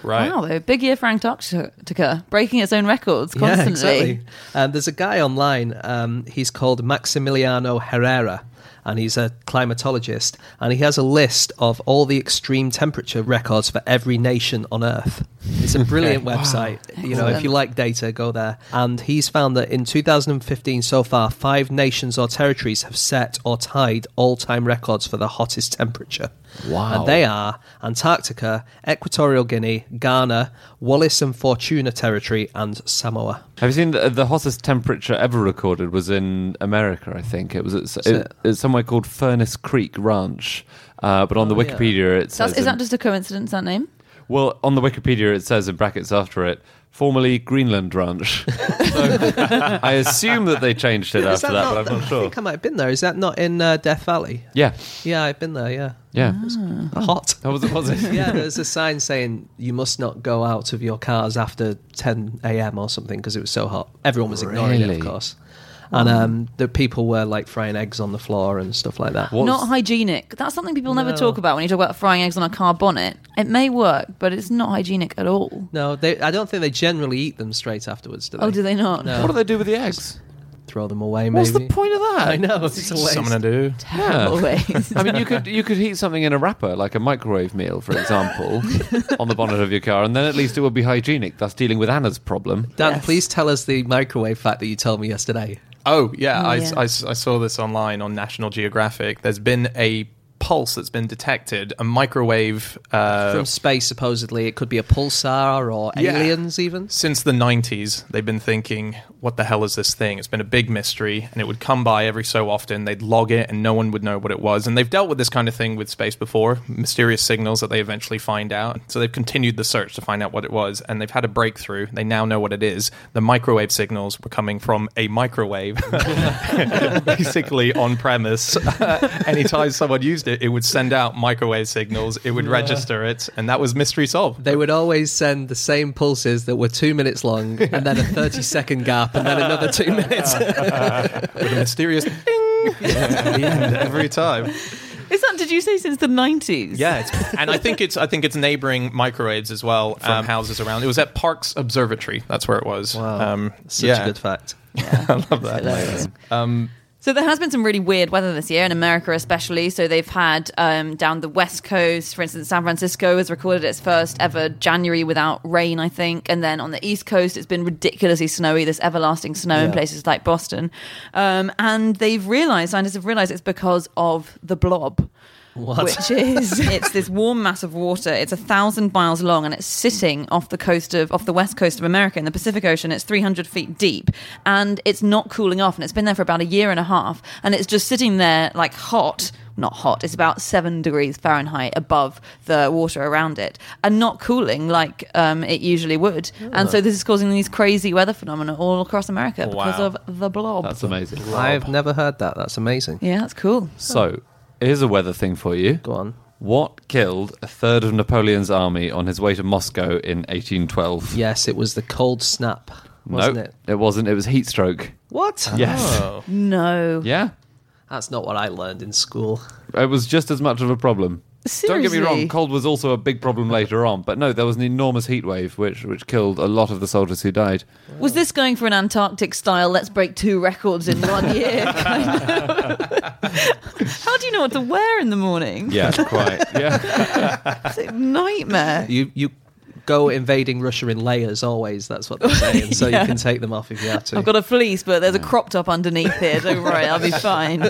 Speaker 2: Right.
Speaker 4: Wow, though. Big year for Antarctica, breaking its own records constantly.
Speaker 3: Um, there's a guy online. Um, he's called Maximiliano Herrera, and he's a climatologist, and he has a list of all the extreme temperature records for every nation on Earth. It's a brilliant website. You know, if
Speaker 4: Excellent.
Speaker 3: you like data, go there. And he's found that in 2015 so far, five nations or territories have set or tied all-time records for the hottest temperature.
Speaker 5: Wow.
Speaker 3: And they are Antarctica, Equatorial Guinea, Ghana, Wallis and Fortuna Territory, and Samoa.
Speaker 5: Have you seen the, the hottest temperature ever recorded was in America? I think it was at, it,
Speaker 3: it?
Speaker 5: it's somewhere called Furnace Creek Ranch. Uh, but on the
Speaker 3: yeah.
Speaker 5: Wikipedia, it
Speaker 4: That's,
Speaker 5: says
Speaker 4: is
Speaker 5: in-
Speaker 4: that just a coincidence, that name?
Speaker 5: well on the Wikipedia it says in brackets after it formerly
Speaker 3: (laughs)
Speaker 5: Greenland Ranch. so, I assume that they changed it
Speaker 3: Is
Speaker 5: after that,
Speaker 3: not-
Speaker 5: but I'm not
Speaker 3: I
Speaker 5: sure.
Speaker 3: think I might have been there. Is that not in uh, Death Valley?
Speaker 5: Yeah,
Speaker 3: Yeah, I've been there. Yeah,
Speaker 5: yeah.
Speaker 3: hot.
Speaker 5: That was it. Was it?
Speaker 3: Ah. yeah, there's a sign saying you must not go out of your cars after 10 a.m. or something because it was so hot. Everyone was ignoring it,
Speaker 5: Really?
Speaker 3: of course. And um, the people were like frying eggs on the floor and stuff like that.
Speaker 5: What's-
Speaker 4: Not hygienic. That's something people never
Speaker 3: No.
Speaker 4: talk about when you talk about frying eggs on a car bonnet. It may work, but it's not hygienic at all.
Speaker 3: No, they, I don't think they generally eat them straight afterwards. Do they?
Speaker 4: Oh, do they not?
Speaker 3: No.
Speaker 4: (laughs)
Speaker 5: What do they do with the eggs?
Speaker 3: Throw them away. Maybe.
Speaker 5: What's
Speaker 3: (laughs)
Speaker 5: the point of that?
Speaker 3: I know. It's a waste.
Speaker 2: Something to do.
Speaker 3: (laughs)
Speaker 5: Yeah.
Speaker 4: Always.
Speaker 5: I mean, you could you could heat something in a wrapper, like a microwave meal, for
Speaker 3: (laughs)
Speaker 5: example, on the bonnet of your car, and then at least it would be hygienic. Thus, dealing with Anna's problem.
Speaker 3: Dan,
Speaker 4: Yes.
Speaker 3: please tell us the microwave fact that you told me yesterday.
Speaker 2: Oh yeah,
Speaker 4: Oh,
Speaker 2: I,
Speaker 4: yeah.
Speaker 2: I, I saw this online on National Geographic. There's been a pulse that's been detected, a microwave
Speaker 5: Oh.
Speaker 2: uh,
Speaker 3: From space, supposedly, it could be a pulsar or
Speaker 2: Yeah.
Speaker 3: aliens, even.
Speaker 2: since the 90s. They've been thinking, what the hell is this thing? It's been a big mystery, and it would come by every so often. They'd log it, and no one would know what it was. And they've dealt with this kind of thing with space before, mysterious signals that they eventually find out. So they've continued the search to find out what it was, and they've had a breakthrough. They now know what it is. The microwave signals were coming from a microwave. (laughs) basically on premise. (laughs) Anytime someone used it, it would send out microwave signals, it would register it, and that was mystery solved.
Speaker 3: They would always send the same pulses that were two
Speaker 2: (laughs)
Speaker 3: minutes long, and then a thirty-second gap, and then another two minutes. (laughs)
Speaker 2: With a mysterious ding at the end every time.
Speaker 4: (laughs) is that, did you say since the 90s?
Speaker 2: Yeah, it's, (laughs) and I think it's I think it's neighboring microwaves as well from houses around. It was at Parks Observatory. That's where it was. Um,
Speaker 3: Such
Speaker 2: yeah.
Speaker 3: a good fact.
Speaker 2: I love that.
Speaker 4: Hilarious. so there has been some really weird weather this year in America, especially. So they've had um, down the west coast, for instance, San Francisco has recorded its first ever January without rain, I think. And then on the east coast, it's been ridiculously snowy. This everlasting snow in
Speaker 3: Yeah.
Speaker 4: places like Boston, um, and they've realised scientists have realised it's because of the blob. Which is it's this warm mass of water. It's a thousand miles long, and it's sitting off the coast of off the west coast of America in the Pacific Ocean. It's three hundred feet deep, and it's not cooling off, and it's been there for about a year and a half, and it's just sitting there like hot. not hot. It's about seven degrees Fahrenheit above the water around it, and not cooling like um, it usually would. And so this is causing these crazy weather phenomena all across America because
Speaker 2: Wow.
Speaker 4: of the blob.
Speaker 5: That's amazing.
Speaker 3: I've never heard that. That's amazing.
Speaker 4: yeah, that's cool.
Speaker 5: So, here's a weather thing for you.
Speaker 3: Go on.
Speaker 5: What killed a third of Napoleon's army on his way to Moscow in 1812?
Speaker 3: Yes, it was the cold snap, wasn't
Speaker 5: nope,
Speaker 3: it?
Speaker 5: wasn't. It was heat stroke.
Speaker 3: What?
Speaker 5: Yes.
Speaker 2: Oh.
Speaker 4: No.
Speaker 5: Yeah.
Speaker 3: That's not what I learned in school.
Speaker 5: It was just as much of a problem. Don't get me
Speaker 4: Seriously?
Speaker 5: wrong, cold was also a big problem later on, but no, there was an enormous heat wave which which killed a lot of the soldiers who died.
Speaker 4: Was this going for an Antarctic style? Let's break two records in one
Speaker 2: (laughs)
Speaker 4: year. Kind of? (laughs) How do you know what to wear in the morning?
Speaker 5: Yeah, quite. Yeah.
Speaker 4: It's a nightmare.
Speaker 3: You you go invading Russia in layers always. That's what they're saying.
Speaker 4: (laughs)
Speaker 3: So
Speaker 4: Yeah.
Speaker 3: you can take them off if you have to.
Speaker 4: I've got a fleece, but there's a crop top underneath here. Don't worry,
Speaker 2: (laughs)
Speaker 4: I'll be fine.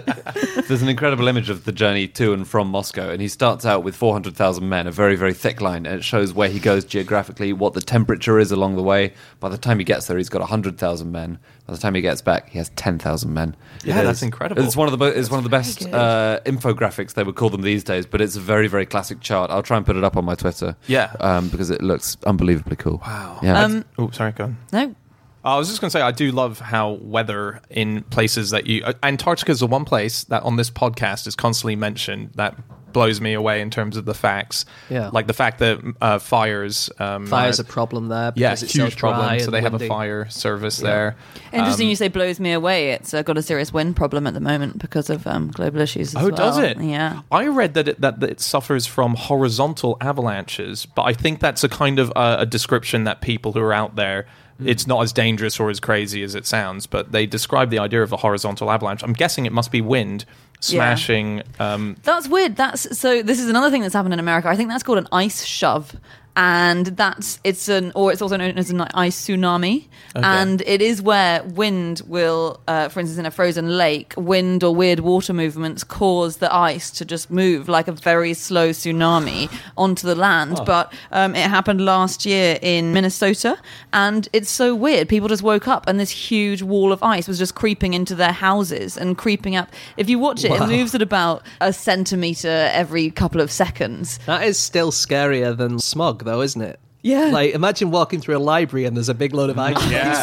Speaker 5: There's an incredible image of the journey to and from Moscow, and he starts out with 400,000 men, a very, very thick line, and it shows where he goes geographically, what the temperature is along the way. By the time he gets there, he's got 100,000 men. By the time he gets back, he has 10,000 men.
Speaker 2: Yeah,
Speaker 5: It
Speaker 2: that's
Speaker 5: is-
Speaker 2: incredible.
Speaker 5: It's one of the, bo- it's one of the best
Speaker 4: good.
Speaker 5: uh, infographics, they would call them these days, but it's a very, very classic chart. I'll try and put it up on my Twitter.
Speaker 2: Yeah.
Speaker 5: Um, because it looks unbelievably cool.
Speaker 2: Wow.
Speaker 5: Yeah.
Speaker 4: Um,
Speaker 2: oh, sorry, go on.
Speaker 4: no,
Speaker 2: I was just going to say, I do love how weather in places that you. uh, Antarctica is the one place that on this podcast is constantly mentioned that blows me away in terms of the facts.
Speaker 3: Yeah.
Speaker 2: Like the fact that uh, fires. Um,
Speaker 3: Fire's
Speaker 2: are-
Speaker 3: a problem there.
Speaker 2: Yeah,
Speaker 3: because it's so
Speaker 2: huge problem.
Speaker 3: dry
Speaker 2: So
Speaker 3: and
Speaker 2: they have a
Speaker 3: windy.
Speaker 2: fire service there. Um,
Speaker 4: interesting you say blows me away. It's uh, got a serious wind problem at the moment because of um, global issues. As
Speaker 2: Oh, does
Speaker 4: well.
Speaker 2: it?
Speaker 4: Yeah.
Speaker 2: I read that it, that that it suffers from horizontal avalanches, but I think that's a kind of uh, a description that people who are out there. It's not as dangerous or as crazy as it sounds, but they describe the idea of a horizontal avalanche. I'm guessing it must be wind smashing. Um,
Speaker 4: That's weird. That's so. This is another thing that's happened in America. I think that's called an ice shove, and that's it's an or it's also known as an ice tsunami, and it is where wind will, uh, for instance, in a frozen lake, wind or weird water movements cause the ice to just move like a very slow tsunami onto the land. But um, it happened last year in Minnesota, and it's so weird. People just woke up, and this huge wall of ice was just creeping into their houses and creeping up. If you watch it, it moves at about a centimeter every couple of seconds.
Speaker 3: That is still scarier than smog, though, isn't it?
Speaker 4: Yeah.
Speaker 3: Like, imagine walking through a library and there's a big load of ice.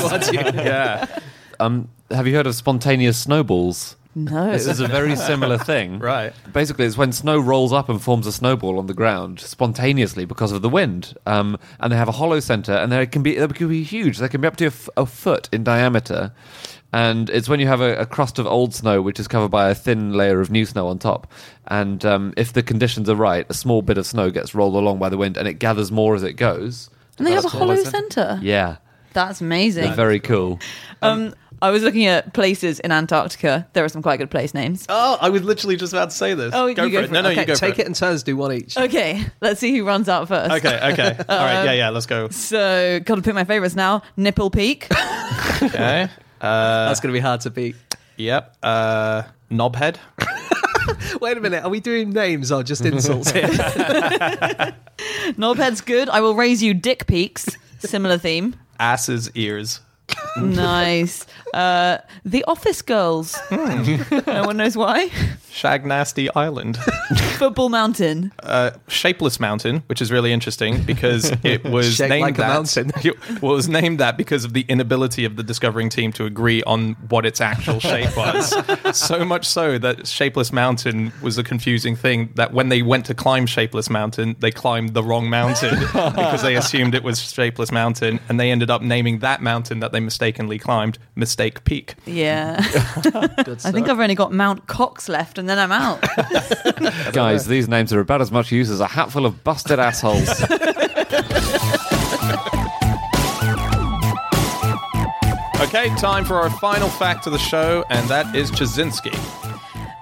Speaker 3: towards you.
Speaker 2: yeah,
Speaker 5: Have you heard of spontaneous snowballs?
Speaker 4: No,
Speaker 5: This is a very similar thing.
Speaker 2: Right.
Speaker 5: Basically, it's when snow rolls up and forms a snowball on the ground spontaneously because of the wind. Um, and they have a hollow center, and they can be they can be huge. They can be up to a, f- a foot in diameter. And it's when you have a, a crust of old snow, which is covered by a thin layer of new snow on top. And um, if the conditions are right, a small bit of snow gets rolled along by the wind, and it gathers more as it goes.
Speaker 4: and they have a
Speaker 5: That's
Speaker 4: hollow center.
Speaker 5: Yeah,
Speaker 4: That's amazing.
Speaker 5: they're very cool.
Speaker 4: um, I was looking at places in Antarctica. There are some quite good place names.
Speaker 2: Oh, I was literally just about to say this.
Speaker 4: Oh,
Speaker 2: go
Speaker 4: you
Speaker 2: for
Speaker 4: go
Speaker 2: it.
Speaker 4: for
Speaker 2: no,
Speaker 4: it.
Speaker 2: no, you
Speaker 4: Okay,
Speaker 2: go
Speaker 3: Take
Speaker 2: for
Speaker 3: it in turns, do one
Speaker 5: Uh.
Speaker 3: each.
Speaker 4: Okay, let's see who runs out first.
Speaker 2: Okay, okay,
Speaker 4: (laughs)
Speaker 2: all right, yeah, yeah. Let's go.
Speaker 4: So, gotta pick my favorites now.
Speaker 2: (laughs)
Speaker 4: Nipple Peak.
Speaker 2: Okay.
Speaker 3: That's going to be hard to beat.
Speaker 2: Yep. Uh, knobhead.
Speaker 3: Wait a minute, are we doing names or just insults here?
Speaker 5: (laughs)
Speaker 4: Knobhead's good. I will raise you Dick Peaks. Similar theme.
Speaker 2: Asses ears.
Speaker 4: Nice. Uh, the Office Girls. no one knows why.
Speaker 2: Shag nasty island. (laughs)
Speaker 4: Football Mountain.
Speaker 2: uh, Shapeless Mountain, which is really interesting
Speaker 3: (laughs)
Speaker 2: because it was
Speaker 3: Shaped
Speaker 2: named
Speaker 3: like a
Speaker 2: that.
Speaker 3: mountain.
Speaker 2: well, (laughs) it was named that because of the inability of the discovering team to agree on what its actual shape
Speaker 3: (laughs)
Speaker 2: was. so much so that Shapeless Mountain was a confusing thing. That when they went to climb Shapeless Mountain, they climbed the wrong
Speaker 3: (laughs)
Speaker 2: mountain because they assumed it was Shapeless Mountain, and they ended up naming that mountain that they mistakenly climbed Mistake Peak.
Speaker 4: Yeah.
Speaker 3: Good
Speaker 4: (laughs) I think I've only got Mount Cox left and then I'm out.
Speaker 5: Guys, these names are about as much use as a hatful of busted assholes.
Speaker 2: Okay, time for our final fact of the show, and that is Chazinski.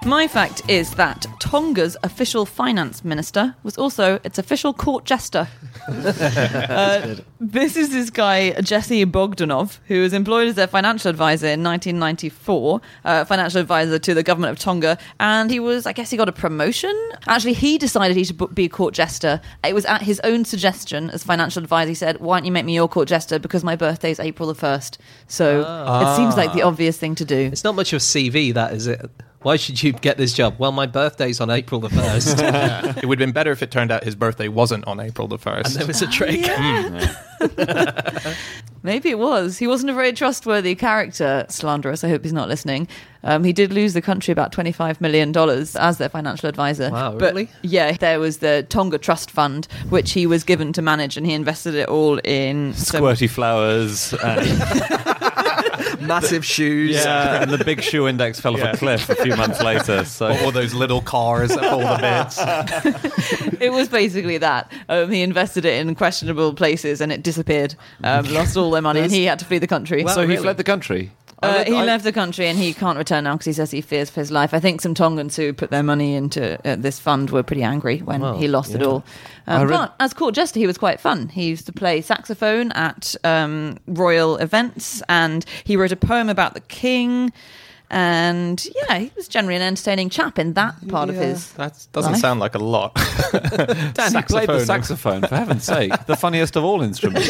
Speaker 4: My fact is that Tonga's official finance minister was also its official court jester. Uh, this is this guy, Jesse Bogdanov, who was employed as their financial advisor in 1994, uh, financial advisor to the government of Tonga. And he was, I guess, he got a promotion. Actually, he decided he should b- be a court jester. It was at his own suggestion as financial advisor. He said, Why don't you make me your court jester? Because my birthday is April the 1st. So it seems like the obvious thing to do.
Speaker 3: It's not much of a CV, that is it? Why should you get this job? Well, my birthday's on April the
Speaker 5: (laughs)
Speaker 3: 1st.
Speaker 2: It would have been better if it turned out his birthday wasn't on April the 1st.
Speaker 3: and there was a trick.
Speaker 5: (laughs)
Speaker 4: Maybe it was. He wasn't a very trustworthy character, slanderous. I hope he's not listening. Um, he did lose the country about $25 million as their financial advisor.
Speaker 3: Wow,
Speaker 4: But,
Speaker 3: really?
Speaker 4: yeah, there was the Tonga Trust Fund, which he was given to manage, and he invested it all in. some-
Speaker 5: Squirty flowers. And,
Speaker 3: (laughs) Massive shoes. (laughs)
Speaker 5: yeah, and the big shoe index fell off
Speaker 2: Yeah.
Speaker 5: a cliff a few months later. So
Speaker 2: all those little cars that pull the
Speaker 5: (laughs)
Speaker 2: bits.
Speaker 4: (laughs) it was basically that. Um, he invested it in questionable places, and it disappeared. Um, lost all their money, and he had to flee the country.
Speaker 3: Wow.
Speaker 5: so he
Speaker 3: really?
Speaker 5: fled the country. I
Speaker 4: Uh,
Speaker 5: read-
Speaker 4: he
Speaker 5: I-
Speaker 4: left the country and he can't return now because he says he fears for his life. I think some Tongans who put their money into uh, this fund were pretty angry when he lost it all. Um,
Speaker 5: read-
Speaker 4: But as court jester, he was quite fun. He used to play saxophone at um, royal events and he wrote a poem about the king. And yeah, he was generally an entertaining chap in that part of his.
Speaker 2: That doesn't
Speaker 4: Life.
Speaker 2: sound like a
Speaker 4: (laughs)
Speaker 2: lot. (laughs)
Speaker 5: Dan, he played the
Speaker 2: Saxophone.
Speaker 5: saxophone, for heaven's sake. (laughs) The funniest of all instruments.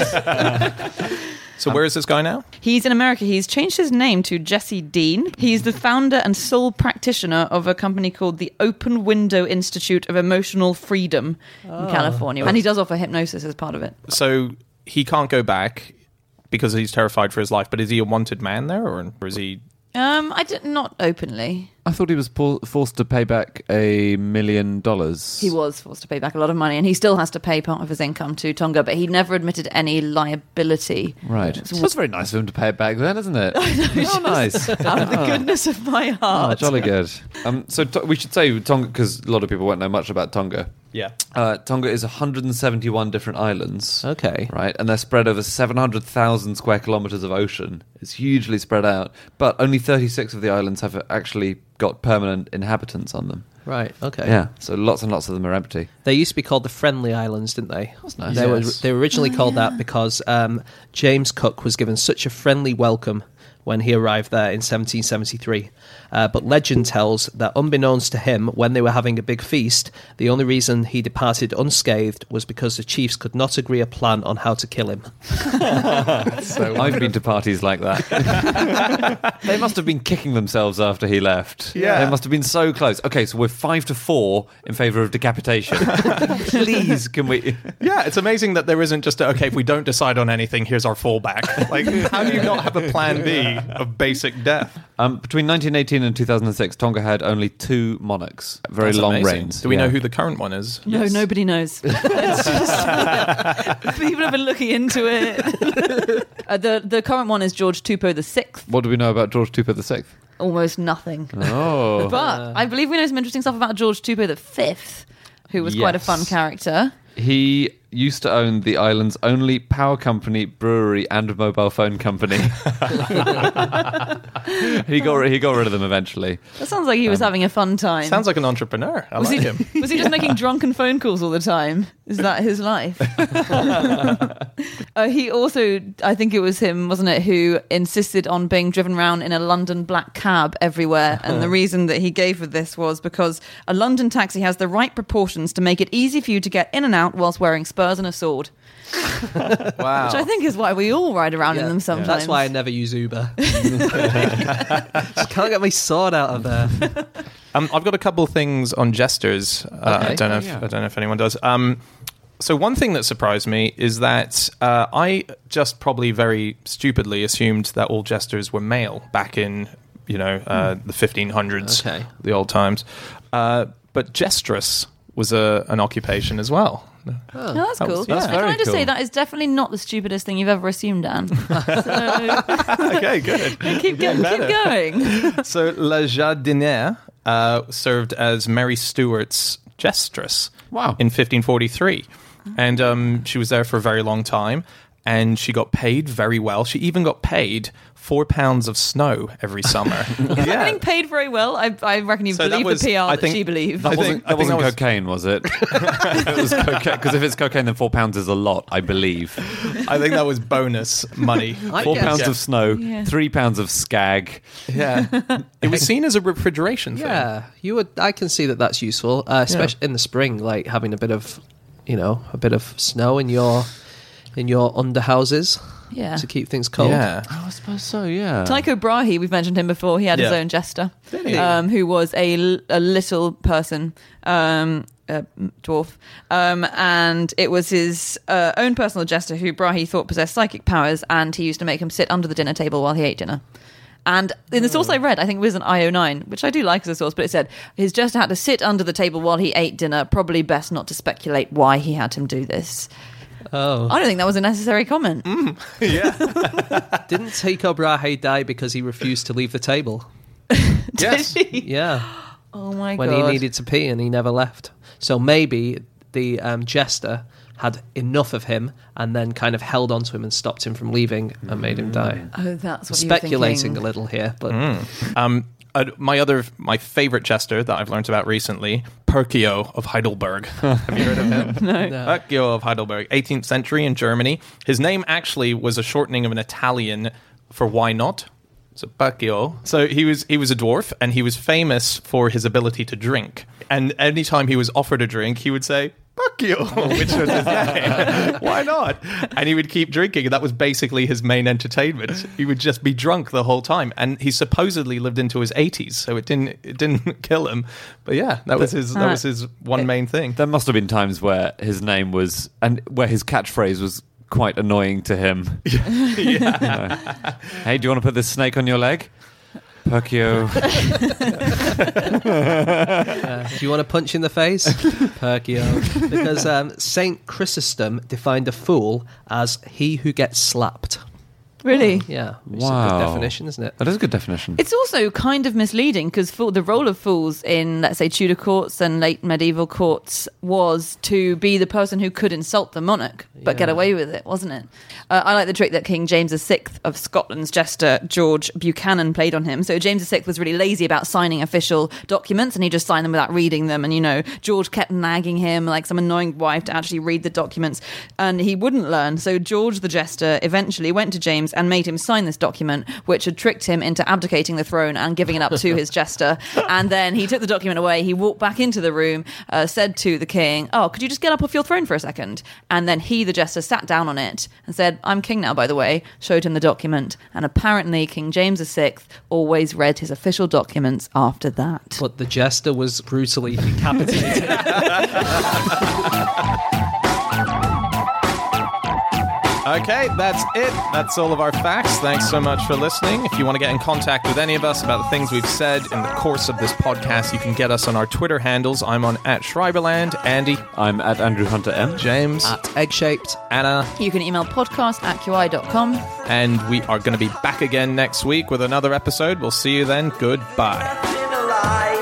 Speaker 2: So where is this guy now?
Speaker 4: He's in America. He's changed his name to Jesse Dean. He's the founder and sole practitioner of a company called the Open Window Institute of Emotional Freedom in California. Oh. And he does offer hypnosis as part of it.
Speaker 2: So he can't go back because he's terrified for his life. But is he a wanted man there, or or is he?
Speaker 4: Um, I did not openly.
Speaker 5: I thought he was por- forced to pay back a million dollars.
Speaker 4: He was forced to pay back a lot of money and he still has to pay part of his income to Tonga, but he never admitted any liability.
Speaker 5: Right.
Speaker 4: It's
Speaker 5: That's very nice of him to pay it back then, isn't (laughs) it? How nice. (laughs)
Speaker 4: Out of the goodness of my
Speaker 5: Oh,
Speaker 4: heart.
Speaker 5: jolly good. Um, so to- we should say Tonga, because a lot of people won't know much about Tonga.
Speaker 2: Yeah.
Speaker 5: Uh, Tonga is 171 different islands.
Speaker 3: Okay.
Speaker 5: Right, and they're spread over 700,000 square kilometres of ocean. It's hugely spread out, but only 36 of the islands have actually got permanent inhabitants on them.
Speaker 3: Right, okay.
Speaker 5: Yeah, so lots and lots of them are empty.
Speaker 3: They used to be called the Friendly Islands, didn't they?
Speaker 5: That's nice.
Speaker 3: They, were,
Speaker 5: Yes.
Speaker 3: they were
Speaker 4: Oh,
Speaker 3: originally called that because um, James Cook was given such a friendly welcome when he arrived there in 1773. Uh, but legend tells that, unbeknownst to him, when they were having a big feast, the only reason he departed unscathed was because the chiefs could not agree a plan on how to kill him.
Speaker 5: (laughs) I've been to parties like that. they must have been kicking themselves after he left.
Speaker 2: Yeah.
Speaker 5: They must have been so close. Okay, so we're five to four in favour of decapitation. Please, can we.
Speaker 2: Yeah, it's amazing that there isn't just a, okay. If we don't decide on anything, here's our (laughs) fallback. Like, how do you not have a plan B of basic death?
Speaker 5: Um, between 1918 and 2006, Tonga had only two monarchs. Very
Speaker 2: That's
Speaker 5: long
Speaker 2: amazing.
Speaker 5: reigns.
Speaker 2: Do we
Speaker 5: Yeah.
Speaker 2: know who the current one is?
Speaker 4: No, nobody
Speaker 5: (laughs)
Speaker 4: knows. It's just- (laughs) People have been looking into
Speaker 5: (laughs)
Speaker 4: it. uh, the the current one is George Tupou the sixth.
Speaker 5: What do we know about George Tupa the Sixth?
Speaker 4: Almost nothing.
Speaker 5: Oh,
Speaker 4: But I believe we know some interesting stuff about George Tupou the fifth, who was quite a fun
Speaker 5: Yes.
Speaker 4: character.
Speaker 5: he used to own the island's only power company, brewery, and mobile phone company. he got he got rid of them eventually.
Speaker 4: That sounds like he was having a fun time.
Speaker 2: Um, Sounds like an entrepreneur. I
Speaker 4: was
Speaker 2: like
Speaker 4: he, (laughs)
Speaker 2: him.
Speaker 4: was he just
Speaker 2: (laughs)
Speaker 4: making drunken phone calls all the time? Is that his life? uh, he also, I think it was him, wasn't it, who insisted on being driven around in a London black cab everywhere. And the
Speaker 2: (laughs)
Speaker 4: reason that he gave for this was because a London taxi has the right proportions to make it easy for you to get in and out whilst wearing spurs and a sword,
Speaker 2: Wow.
Speaker 4: which I think is why we all ride around in them sometimes.
Speaker 3: That's why I never use
Speaker 5: (laughs)
Speaker 3: Uber. (laughs) Just can't get my sword out of there.
Speaker 2: Um, I've got a couple of things on jesters. Uh, I
Speaker 3: Okay.
Speaker 2: don't know.
Speaker 5: Oh,
Speaker 2: If,
Speaker 5: yeah.
Speaker 2: I don't know if anyone does. Um, so one thing that surprised me is that uh, I just probably very stupidly assumed that all jesters were male back in you know uh, the 1500s,
Speaker 3: Okay.
Speaker 2: the old times. Uh, but jestress was a, an occupation as well.
Speaker 4: No, that's
Speaker 2: That was-
Speaker 4: cool.
Speaker 2: that's
Speaker 4: Can I
Speaker 5: very
Speaker 4: just say
Speaker 5: cool.
Speaker 4: that is definitely not the stupidest thing you've ever assumed,
Speaker 2: (laughs)
Speaker 4: Dan. so
Speaker 2: (laughs) okay, good.
Speaker 4: keep, go- keep going.
Speaker 5: (laughs)
Speaker 2: So La Jardinière uh, served as Mary Stuart's jestress.
Speaker 5: Wow.
Speaker 2: In 1543, and um, she was there for a very long time, and she got paid very well. She even got paid four pounds of snow every summer. (laughs) yeah.
Speaker 4: Getting paid very well. I, I reckon you
Speaker 2: So that
Speaker 4: believe
Speaker 2: was-
Speaker 4: the PR
Speaker 2: I
Speaker 4: that
Speaker 2: think-
Speaker 4: she believed.
Speaker 2: I
Speaker 5: That
Speaker 2: think-
Speaker 5: wasn't,
Speaker 2: I
Speaker 5: that
Speaker 2: think that was-
Speaker 5: wasn't cocaine, was it? (laughs) it was cocaine. Because if it's cocaine, then four pounds is a lot, I believe.
Speaker 2: I think that was bonus (laughs) money.
Speaker 3: I
Speaker 5: Four
Speaker 3: guess.
Speaker 5: pounds
Speaker 2: Yeah.
Speaker 5: of snow,
Speaker 4: Yeah.
Speaker 5: three pounds of skag.
Speaker 2: Yeah, it was seen as a refrigeration thing.
Speaker 3: Yeah, you would. I can see that that's useful, uh, especially in the spring, like having a bit of, you know, a bit of snow in your in your underhouses.
Speaker 4: Yeah.
Speaker 3: to keep things cold.
Speaker 2: Yeah.
Speaker 5: Oh, I suppose so. Yeah.
Speaker 4: Tycho
Speaker 3: Um,
Speaker 4: Brahe, we've mentioned him before. He had his
Speaker 2: Yeah.
Speaker 4: own jester,
Speaker 2: Did he?
Speaker 4: um, who was a, l- a little person, um, a dwarf, um, and it was his uh, own personal jester who Brahe thought possessed psychic powers, and he used to make him sit under the dinner table while he ate dinner. And in the source
Speaker 3: Hmm.
Speaker 4: I read, I think it was an IO9, which I do like as a source, but it said his jester had to sit under the table while he ate dinner. Probably best not to speculate why he had him do this.
Speaker 3: Oh, Mm.
Speaker 4: I don't think that was a necessary comment.
Speaker 2: yeah.
Speaker 3: didn't Tycho Brahe die because he refused to leave the
Speaker 4: (laughs)
Speaker 3: table?
Speaker 2: yes.
Speaker 3: Yeah.
Speaker 4: Oh my
Speaker 3: when
Speaker 4: god!
Speaker 3: he needed to pee and he never left. So maybe the um, jester had enough of him and then kind of held onto him and stopped him from leaving and made him die.
Speaker 4: oh, that's what you were
Speaker 3: Speculating
Speaker 4: thinking.
Speaker 3: a little here, but
Speaker 2: Um, uh, my other, my favorite jester that I've learned about recently, Perkio of (laughs) Heidelberg. Have you heard of him? (laughs)
Speaker 3: no.
Speaker 2: Perkio of Heidelberg, 18th century in Germany. His name actually was a shortening of an Italian for why not. So Perkio. So he was he was a dwarf, and he was famous for his ability to drink. And anytime he was offered a drink, he would say. Perkio, (laughs) which was his name. (laughs) Why not? And he would keep drinking. and That was basically his main entertainment. He would just be drunk the whole time. And he supposedly lived into his 80s, so it didn't it didn't (laughs) kill him. But yeah, that was his that was his one main thing.
Speaker 5: There must have been times where his name was and where his catchphrase was quite annoying to him. You know, Hey, do you want to put this snake on your leg? Perkio.
Speaker 3: Uh, do you want to punch in the face, Perkio? Because um, Saint Chrysostom defined a fool as he who gets slapped.
Speaker 4: Really?
Speaker 3: Yeah, which is a
Speaker 5: Wow.
Speaker 3: good definition, isn't it?
Speaker 5: That is a good definition.
Speaker 4: Hmm. It's also kind of misleading because the role of fools in, let's say, Tudor courts and late medieval courts was to be the person who could insult the monarch but get
Speaker 3: Yeah.
Speaker 4: away with it, wasn't it? Uh, I like the trick that King James VI of Scotland's jester George Buchanan played on him. So James VI was really lazy about signing official documents and he just signed them without reading them. And, you know, George kept nagging him like some annoying wife to actually read the documents and he wouldn't learn. So George the jester eventually went to James and made him sign this document, which had tricked him into abdicating the throne and giving it up to his jester. And then he took the document away. He walked back into the room, uh, said to the king, "Oh, could you just get up off your throne for a second? And then he, the jester, sat down on it and said, "I'm king now." By the way, showed him the document, and apparently King James VI always read his official documents after that.
Speaker 3: But the jester was brutally decapitated.
Speaker 2: Okay, that's it. That's all of our facts. Thanks so much for listening. If you want to get in contact with any of us about the things we've said in the course of this podcast, you can get us on our Twitter handles. I'm on at Schreiberland, Andy,
Speaker 5: I'm at Andrew Hunter M.
Speaker 2: James,
Speaker 3: at egg shaped.
Speaker 2: Anna,
Speaker 4: You can email podcast at qi.com.
Speaker 2: and we are going to be back again next week with another episode. We'll see you then. Goodbye.
Speaker 6: in a lie.